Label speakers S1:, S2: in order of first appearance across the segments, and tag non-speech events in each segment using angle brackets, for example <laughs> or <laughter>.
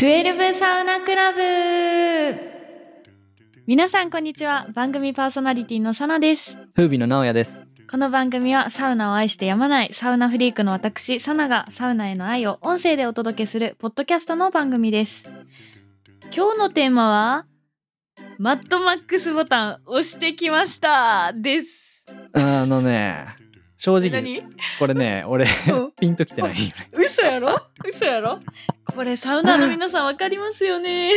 S1: 12サウナクラブ皆さんこんにちは番組パーソナリティのサナです
S2: 風美の直哉です。
S1: この番組はサウナを愛してやまないサウナフリークの私サナがサウナへの愛を音声でお届けするポッドキャストの番組です今日のテーマはマッドマックスボタン押してきましたです
S2: あのね、正直、
S1: 何
S2: これね、
S1: <laughs>
S2: 俺
S1: うん、
S2: ピンときてない。
S1: 嘘やろ嘘やろこれサウナの皆さんわかりますよ <laughs> ね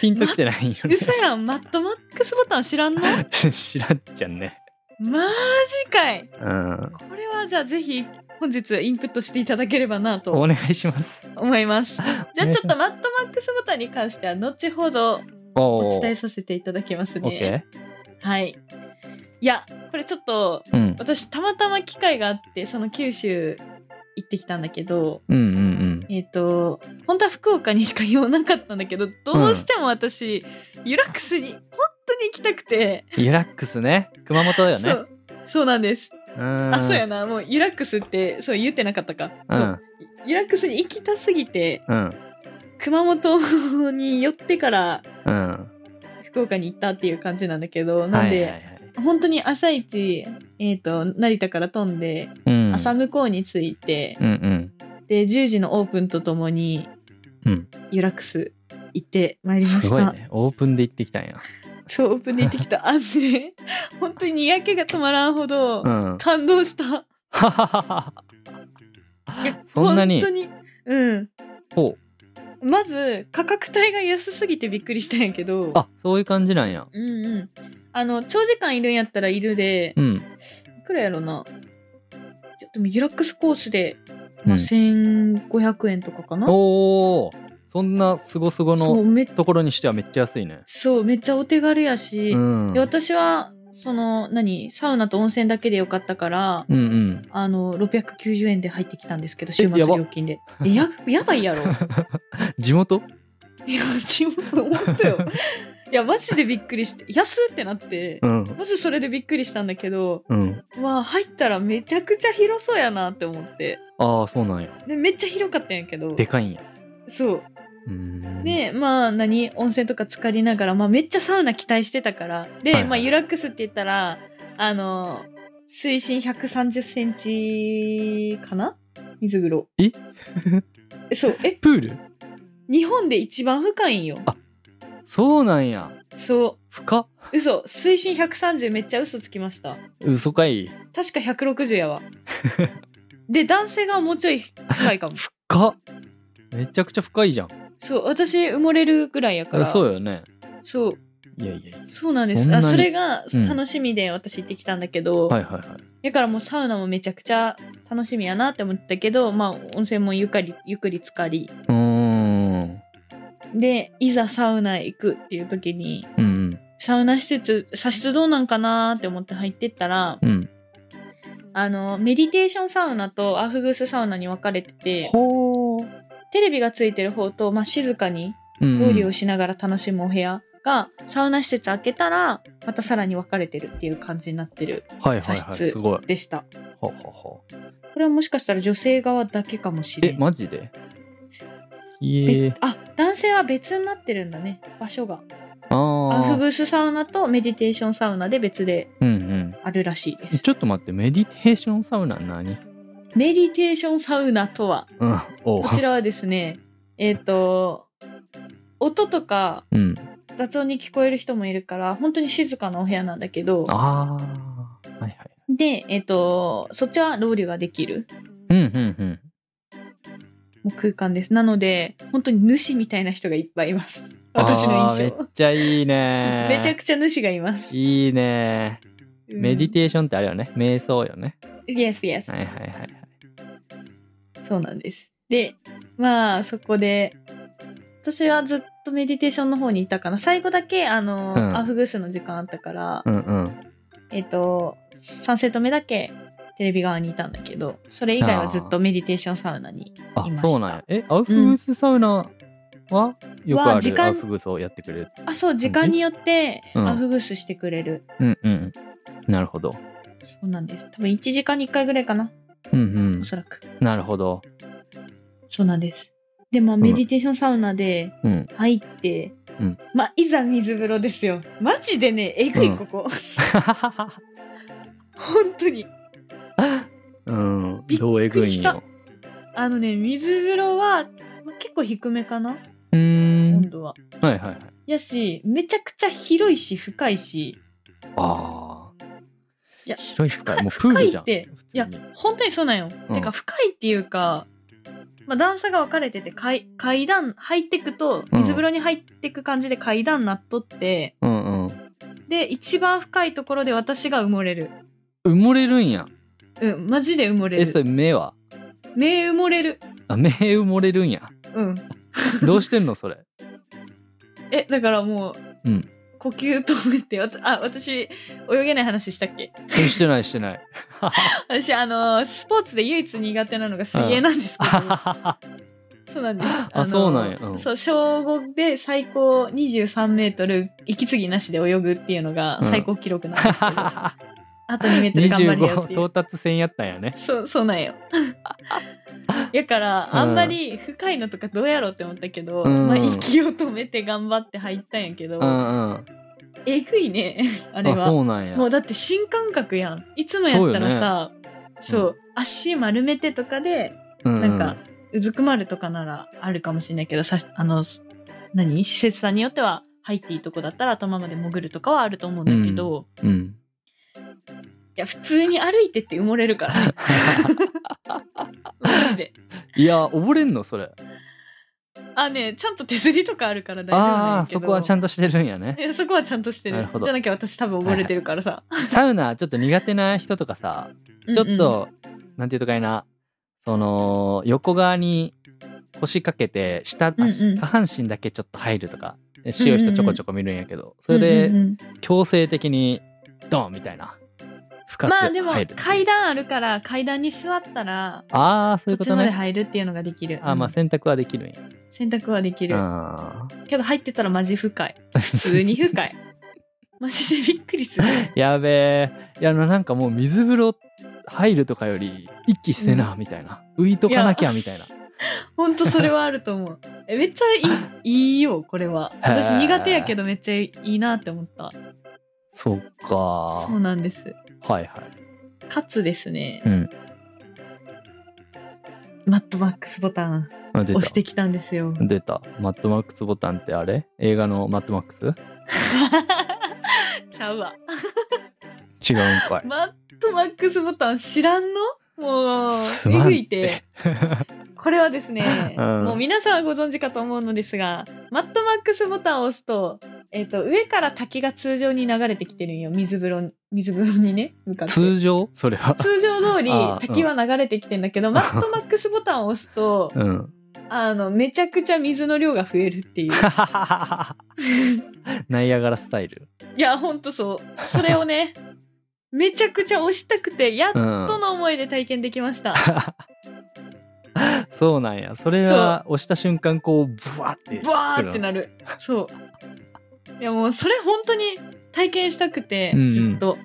S2: ピンときてないよね。
S1: 嘘やんマッドマックスボタン知らんの
S2: 知らんじゃんね。
S1: マジかい
S2: うん。
S1: これはじゃあぜひ本日インプットしていただければな
S2: お
S1: と
S2: 願いします。
S1: 思います。じゃあ
S2: お願い
S1: ち
S2: し
S1: ょ
S2: ま
S1: っと
S2: す
S1: マットマックスボタンに関しては後ほど
S2: お
S1: お伝え
S2: ー。
S1: させていただきます
S2: オッ
S1: ね。
S2: ケ
S1: はい。いや、これちょっと
S2: ー。うん。
S1: 私たまたま機会があってその九州行ってきたんだけど、
S2: うんうん
S1: えっ、と、本当は福岡にしか言わなかったんだけど、どうしても私、ユラックスに本当に行きたくて、
S2: うん。リラックスね。熊本だよ
S1: そ
S2: ね。
S1: う、そうなんです。
S2: うん。
S1: あ、そうやな、もうユラックスって、そう言ってなかったか。
S2: う
S1: そ
S2: ん。
S1: リラックスに行きたすぎて
S2: うん。
S1: 熊本に寄ってから
S2: うん。
S1: 福岡に行ったっていう感じなんだけど
S2: は
S1: ないんで、
S2: はいはい。
S1: 本当に朝一、えー、と成田から飛んで
S2: うん。
S1: 朝向こうに着いて
S2: う、んうん。
S1: で10時のオープンとともに
S2: うん
S1: リラックス行ってまいりま
S2: す
S1: し
S2: ごい
S1: た、
S2: ね。オープンで行ってきたんや。
S1: そうオープンで行ってき
S2: <laughs>
S1: たあんで本当ににやけが止まらんほど <laughs>
S2: うん。
S1: 感動した、
S2: ははは
S1: いや
S2: は。 <laughs> そんなに
S1: 本当。にうん
S2: ほう。
S1: まず価格帯が安すぎてびっくりしたんやけど
S2: あ、そういう感じなんや。
S1: うんうん。あの、長時間いるんやったらいるで、
S2: うん。
S1: いくらやろな。ちょっとリラックスコースで、まあ
S2: うん
S1: 1500円とかかな。
S2: おー。そんなすごすご
S1: そ
S2: の
S1: うめ
S2: ところにしてはめっちゃ安いね。
S1: そう、めっちゃお手軽やし、
S2: うん。
S1: で私は、その、何、サウナと温泉だけでよかったから、
S2: うんうん。
S1: あの、690円で入ってきたんですけど、週末
S2: やば
S1: 料金で。えややばい
S2: <laughs>
S1: やろ。
S2: 地元
S1: いや、自分、本当よ。いや、マジでびっくりして、安ってなって、
S2: うん。
S1: まずそれでびっくりしたんだけど、
S2: うん。
S1: まあ入ったらめちゃくちゃ広そうやなって思って
S2: ああ、そうなんや。
S1: でめっちゃ広かったんやけど
S2: でかいんや。
S1: そう
S2: うーん。
S1: でまあ何温泉とか浸かりながら、まあ、めっちゃサウナ期待してたからで、
S2: はいはい
S1: まあ、ユラックスって言ったらあの水深1 3 0センチかな水風呂
S2: え
S1: <laughs> そうえ
S2: プール
S1: 日本で一番深いんよ
S2: あそうなんや。
S1: そ
S2: 深っ
S1: う嘘水深130めっちゃ嘘つきました
S2: 嘘かい。
S1: 確か160や
S2: <laughs>
S1: わで男性がもうちょい深いかも
S2: 深っめちゃくちゃ深いじゃん。
S1: そう私埋もれるぐらいやから
S2: そうよね。
S1: そう
S2: いやいやいや。
S1: そうなんです
S2: そんな
S1: あ
S2: に
S1: それが
S2: うん
S1: 楽しみで私行ってきたんだけど、
S2: はいはいはい。
S1: だからもうサウナもめちゃくちゃ楽しみやなって思ったけどまあ温泉もゆっかりゆっくり浸かり
S2: うーん。
S1: でいざサウナへ行くっていう時に
S2: うんうん。
S1: サウナ施設茶室どうなんかなって思って入ってったら
S2: うん。
S1: あのメディテーションサウナとアフグースサウナに分かれてて
S2: ほー。
S1: テレビがついてる方と、まあ、静かに
S2: うん
S1: 料理
S2: う
S1: を
S2: ん、
S1: しながら楽しむお部屋が、サウナ施設開けたらまたさらに分かれてるっていう感じになってる
S2: はいは
S1: 茶
S2: いはい。
S1: 室
S2: すごい。
S1: でした
S2: ほうほうほう
S1: これはもしかしたら女性側だけかもしれ
S2: え、
S1: ん
S2: マジでい
S1: べ
S2: え。
S1: あ男性は別になってるんだね場所が
S2: あ
S1: アフ
S2: あ。
S1: ブースサウナとメディテーションサウナで別で
S2: うんうん。
S1: あるらしいです
S2: ちょっと待って、メディテーションサウナ何
S1: メディテーションサウナとは
S2: うん。おう
S1: こちらはですねえっ、と音とか
S2: うん。
S1: 雑音に聞こえる人もいるから本当に静かなお部屋なんだけど
S2: ああ。はいはい。
S1: でえっ、とそっちはロウリュができる
S2: うんうんうん。
S1: もう空間です。なので、本当に主みたいな人がいっぱいいます。私の印
S2: あーめ
S1: 象
S2: っ。ちゃいいね
S1: <laughs> めちゃくちゃ主がいます。
S2: いいねメディ
S1: ー
S2: テーションってあれよね瞑想よね
S1: ション。Yes, yes、
S2: はいはいはいはい
S1: そうなんです。で、まあ、そこで、私はずっとメディテーションの方にいたかな。最後だけ、あの、
S2: うん
S1: アフグースの時間あったから、
S2: うんうん
S1: えっ、と、3セット目だけテレビ側にいたんだけど、それ以外はずっとメディテーションサウナに。
S2: あ
S1: いました
S2: そうなんやえアウフグースサウナは、よく
S1: は
S2: あ
S1: 時
S2: る
S1: 間
S2: アウフグースをやってくれる
S1: あ、そう、時間によって
S2: うん
S1: アフグースしてくれる。
S2: うんうんなるほど
S1: そうなんです。多分1時間に1回ぐらいかな、
S2: うんうん
S1: おそらく。
S2: なるほど
S1: そうなんです。で、まあ、メディテーションサウナで
S2: うん。
S1: 入って、
S2: うん
S1: まあ、いざ水風呂ですよ。マジでね、えぐ
S2: う
S1: い、
S2: ん
S1: ここ。本当に。
S2: <laughs> うん。
S1: びっくりした
S2: どうえぐいんよ。
S1: あのね、水風呂は、まあ結構低めかな、
S2: うー
S1: 温
S2: ん。
S1: 度は。
S2: はいはいはい。
S1: やし、めちゃくちゃ広いし、深いし、
S2: ああ。
S1: いや
S2: 広い深
S1: 深
S2: い。
S1: い
S2: もうプールじゃん。
S1: 深いって
S2: 普
S1: い
S2: 通
S1: や
S2: に。、
S1: 本当にそうなんよ。
S2: うん
S1: てか、深いっていうか、まあ、段差が分かれてて、階階段入ってくと、
S2: うん
S1: 水風呂に入ってく感じで階段なっとって、
S2: うんうん。
S1: で、一番深いところで私が埋もれる。
S2: 埋もれるんや。
S1: うん、マジで埋もれ
S2: え、そ
S1: る。
S2: れ目は
S1: 目埋もれる。
S2: あ、目埋もれるんや。
S1: うん。
S2: どうしてんの <laughs> それ。
S1: え、だからもう、
S2: うん
S1: 呼吸止めて、わたあ、私、泳げない話したっけ
S2: してないしてない。
S1: 私、あのースポーツで唯一苦手なのが水泳なんですけど、そうなんです。のー
S2: そうなんやうん
S1: そう、小5で最高23メートル、息継ぎなしで泳ぐっていうのが最高記録なん
S2: <laughs>
S1: ですけど、あと2メートル頑張れよっ
S2: 25
S1: ていう
S2: 到。達線やったんやね。
S1: そう、そうなん
S2: <laughs>
S1: よ。やから、あんまり深いのとかどうやろうって思ったけど、
S2: うん
S1: まあ、息を止めて頑張って入ったんやけど、
S2: うんうん。
S1: えぐい
S2: <laughs>
S1: ね、あ
S2: あ
S1: れは。
S2: そうなんや。
S1: もうだって新感覚やん。いつもやったらさ、そう,、足丸めてとかで、
S2: うん
S1: なんか、うずくまるとかならあるかもしれないけど、さあの、す何施設さんによっては入っていいとこだったら頭まで潜るとかはあると思うんだけど、
S2: うん。
S1: いや、普通に歩いてって埋もれるから
S2: <laughs>
S1: ね。マジで。
S2: いや、溺れんのそれ。
S1: あ、ね、ちゃんと手すりとかあるから大丈夫なん
S2: あ
S1: や
S2: あ、
S1: けど。
S2: そこはちゃ
S1: ん
S2: んとしてるんや
S1: <laughs>
S2: ね。
S1: と。そこはちゃんとして
S2: な
S1: る
S2: るほ。ど
S1: じゃなきゃ私多分溺れてるからさ。
S2: サウナちょっと苦手な人とかさ、ちょ
S1: うんう
S2: っ
S1: ん、
S2: と、なんていうとかいな、その、横側に腰掛けて、下、
S1: うんうん
S2: 足下半身だけちょっと入るとか、強い人ちょこちょこ見るんやけど、それ
S1: うんう
S2: で
S1: んうん
S2: 強制的にドンみたいな。深く
S1: まあでも
S2: 入る。
S1: 階段あるから階段に座ったら
S2: ああ、そうい
S1: 途
S2: うこ
S1: 中
S2: と
S1: まで
S2: ね。
S1: 入るっていうのができる。
S2: あーまあ
S1: うん
S2: 選択はできるんや。
S1: 選択はできる。
S2: あ
S1: けど入ってたらマジ深
S2: <laughs>
S1: い。
S2: ー
S1: 普通に深
S2: <laughs>
S1: い。マジでびっくりする。
S2: やべえ。いや、なんかもう水風呂入るとかより、息してな、みたいな。浮いとかなきゃ、みたいな。
S1: ほんとそれはあると思う。えめっちゃいいいい
S2: <laughs>
S1: よ、これは。私
S2: へー
S1: 苦手やけどめっちゃいいなって思った。
S2: そうか。
S1: そうなんです。
S2: はいはい。
S1: かつですね、
S2: うん。
S1: マットマックスボタン
S2: あ出。
S1: 押したてきたんですよ。
S2: 出た。マッドマックスボタンってあれ映画のマッドマックス
S1: <laughs> ちゃうわ。
S2: 違うんか
S1: <laughs>
S2: い。
S1: マットマックスボタン知らんのもう、
S2: す
S1: え
S2: まん
S1: ぐ
S2: って
S1: い
S2: <laughs>
S1: て。これはですね、
S2: うん
S1: もう皆さんはご存知かと思うのですが、マットマックスボタンを押すと、えっ、と、上から滝が通常に流れてきてるんよ。水風呂に、水風呂にね、向かって。
S2: 通常それは。
S1: 通常通り
S2: あーうん
S1: 滝は流れてきてんだけど、マットマックスボタンを押す
S2: <laughs>
S1: と、 <laughs>
S2: うん。
S1: あの、めちゃくちゃ水の量が増える
S2: <laughs>
S1: っていう。
S2: ナイアガラスタイル。
S1: いや、ほんとそう。それをね、めちゃくちゃ押したくて、やっ
S2: うん。
S1: との思いで体験できま
S2: <laughs>
S1: した。
S2: そうなんや。それは押した瞬間、こう、ブワーって。
S1: ブワーって
S2: る。
S1: なる。そう。いやもうそれ本当に体験したくて、
S2: うんうん
S1: ずっと。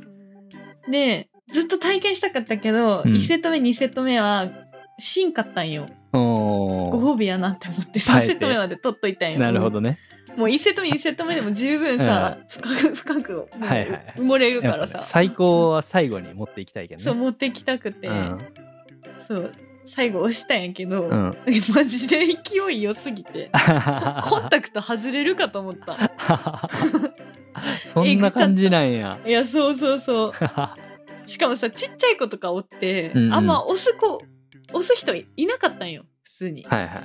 S1: で、ずっと体験したかったけど、
S2: うん
S1: 1セット目、2セット目は、しんかったんよ。
S2: おー
S1: ご褒美やなって思って、
S2: 耐
S1: 3
S2: えて
S1: セット目まで取っといたんよ。
S2: なるほどね。
S1: もう。もう1セット目、2セット目でも十分さ、深く、深く、もう
S2: はいはい
S1: 埋もれる
S2: やっ
S1: か
S2: ぱね
S1: らさ、
S2: 最高は最後に持っていきたいけどね。
S1: そう持ってきたくて、
S2: うん
S1: そう、最後押したんやけど、
S2: うん
S1: マジで勢い良すぎて、コンタクト外れるかと思った。
S2: <laughs> そんな感じなん
S1: <laughs>
S2: や。
S1: いや、そうそうそう。しかもさちっちゃい子とかおって、
S2: うんうん
S1: あんま押す子押す人いなかったんよ普通に
S2: はいはいはい。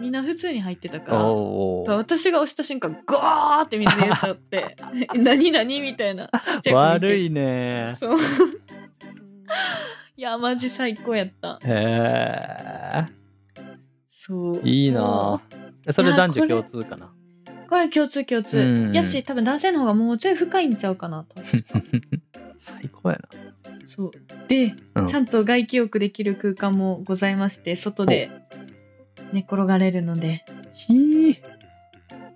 S1: みんな普通に入ってたから
S2: おーお
S1: 私が押した瞬間ゴーって水入れたって <laughs> 何何みたいなちっちゃい
S2: ー。
S1: 子
S2: 悪
S1: い
S2: いね。
S1: そう <laughs> いやマジ最高やった
S2: へ
S1: そう
S2: え。いいな
S1: も
S2: あそれ男
S1: い
S2: 女
S1: や
S2: 共通
S1: <laughs>
S2: かな。
S1: うこれ共通共通、
S2: うん
S1: やし多分男性の方がもうちょい深いんちゃうかなと
S2: <laughs> 最高や
S1: そうで、
S2: うん
S1: ちゃんと外気浴できる空間もございまして外で寝転がれるので
S2: な。ひー。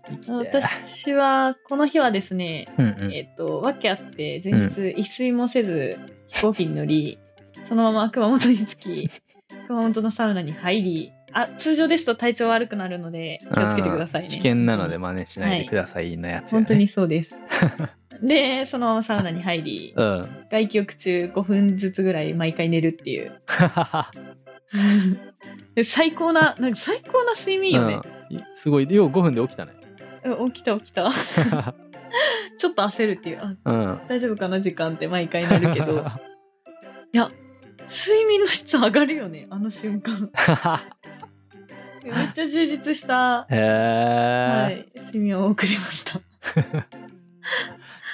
S2: 生きて
S1: 私はこの日はですね、
S2: うんうん
S1: えっと訳あって前日一睡もせず
S2: <laughs>
S1: 飛行機に乗り、そのまま熊本に着き熊本のサウナに入りあ通常ですと体調悪くなるので気をつけてくださいね
S2: 危険なので真似しないでくださいなやつや
S1: 本
S2: ね、
S1: 当にそうです
S2: <laughs>
S1: でそのままサウナに入り
S2: うん
S1: <laughs> 外気浴中5分ずつぐらい毎回寝るっていう <laughs> で最高ななんか最高な睡眠よね、
S2: うんいすごいよう5分で起きたね
S1: うん起きた起き
S2: <laughs>
S1: たちょっと焦るっていうあ
S2: うん
S1: 大丈夫かな時間って毎回なるけど <laughs> いや睡眠の質上がるよねあの瞬 <laughs> 間めっちゃ充実した、
S2: <laughs> へえ、
S1: はい、睡眠を送りました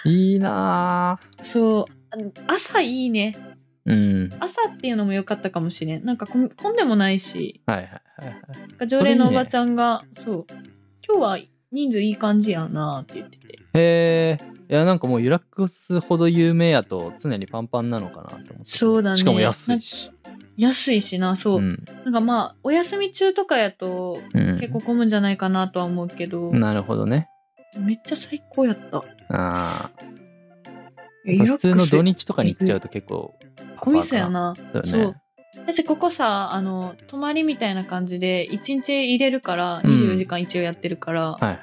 S2: いいなあ
S1: そうあの朝いいね
S2: うん
S1: 朝っていうのも良かったかもしれんなんかこん混んでもないし
S2: はいはいはいはい
S1: なんか常連のおばちゃんがそう今日は人数いい感じやなって言ってて
S2: へえいやなんかもうユラックスほど有名やと常にパンパンなのかなと思って
S1: そうだね
S2: しかも安いし
S1: 安いしなそう、
S2: うん、
S1: なんかまあお休み中とかやと
S2: うん、
S1: 結構混むんじゃないかなとは思うけど、
S2: なるほどね
S1: めっちゃ最高やった
S2: ああ
S1: リラッ
S2: 普
S1: クス
S2: 通の土日とかに行っちゃうと結構
S1: ゴミそうやな
S2: そう
S1: そ
S2: よ
S1: う
S2: ね
S1: 私ここさあの泊まりみたいな感じで1日入れるから
S2: うん
S1: 24時間一応やってるから、
S2: はいはい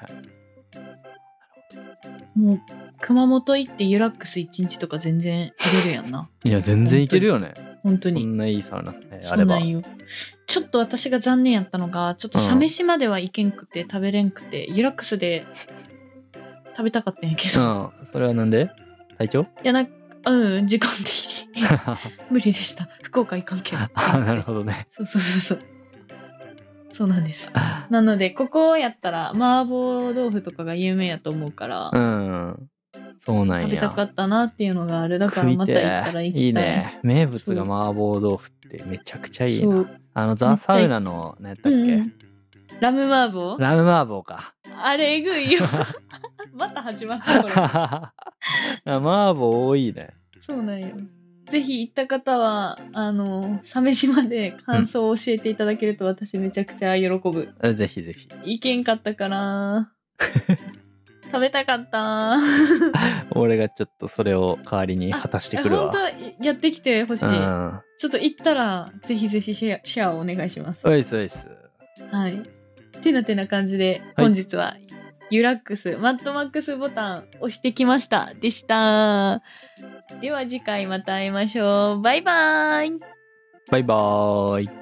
S1: もう熊本行ってユラックス1日とか全然入れるやん
S2: <laughs>
S1: な
S2: いや全然いけるよね
S1: 本当
S2: こ
S1: に
S2: んないいサウナね
S1: そ
S2: あ
S1: う
S2: れば
S1: なんよちょっと私が残念やったのがちょっとサメシまでは行けんくて食べれんくて、ユラックスで食べたかったんやけ
S2: う
S1: ど、い
S2: んそれはなんで体
S1: <laughs>
S2: 調
S1: やなんかうん時間的に <laughs> 無理でした福岡行かん
S2: <laughs>
S1: けん
S2: あなるほどね
S1: そうそうそうそう。そうなんです。なので、ここやったら、麻婆豆腐とかが有名やと思うから、
S2: うんそうなんや
S1: 食べたかったなっていうのがある。だから
S2: 食い
S1: また
S2: て
S1: 行
S2: え
S1: ったら行きたい。
S2: いね名物が麻婆豆腐ってめちゃくちゃいい
S1: そ
S2: な
S1: う。
S2: あの
S1: めっ
S2: ザ・
S1: ちゃ
S2: サ
S1: いい
S2: ウナの何やったっ
S1: うんう
S2: け
S1: んラム麻婆
S2: ラム麻婆か
S1: あれ、えぐい
S2: <laughs>
S1: よ。また始まった、これ。
S2: 麻婆多いね
S1: そうなんよ。ぜひ行った方は、あの、鮫島で感想を教えていただけると私めちゃくちゃ喜ぶ。
S2: ぜひぜひ
S1: 行けんかった
S2: <laughs>
S1: から。食べたかった。
S2: 俺がちょっとそれを代わりに果たしてくるわ
S1: <laughs> 本当やってきてほしい、
S2: うん
S1: ちょっと行ったらぜひぜひシェアシェアをお願いします
S2: おいっすおいっす
S1: はいてなてな感じで
S2: はい
S1: 本日は、ユラックスマットマックスボタン押してきましたでしたでは次回また会いましょうバイバイ
S2: バイバーイ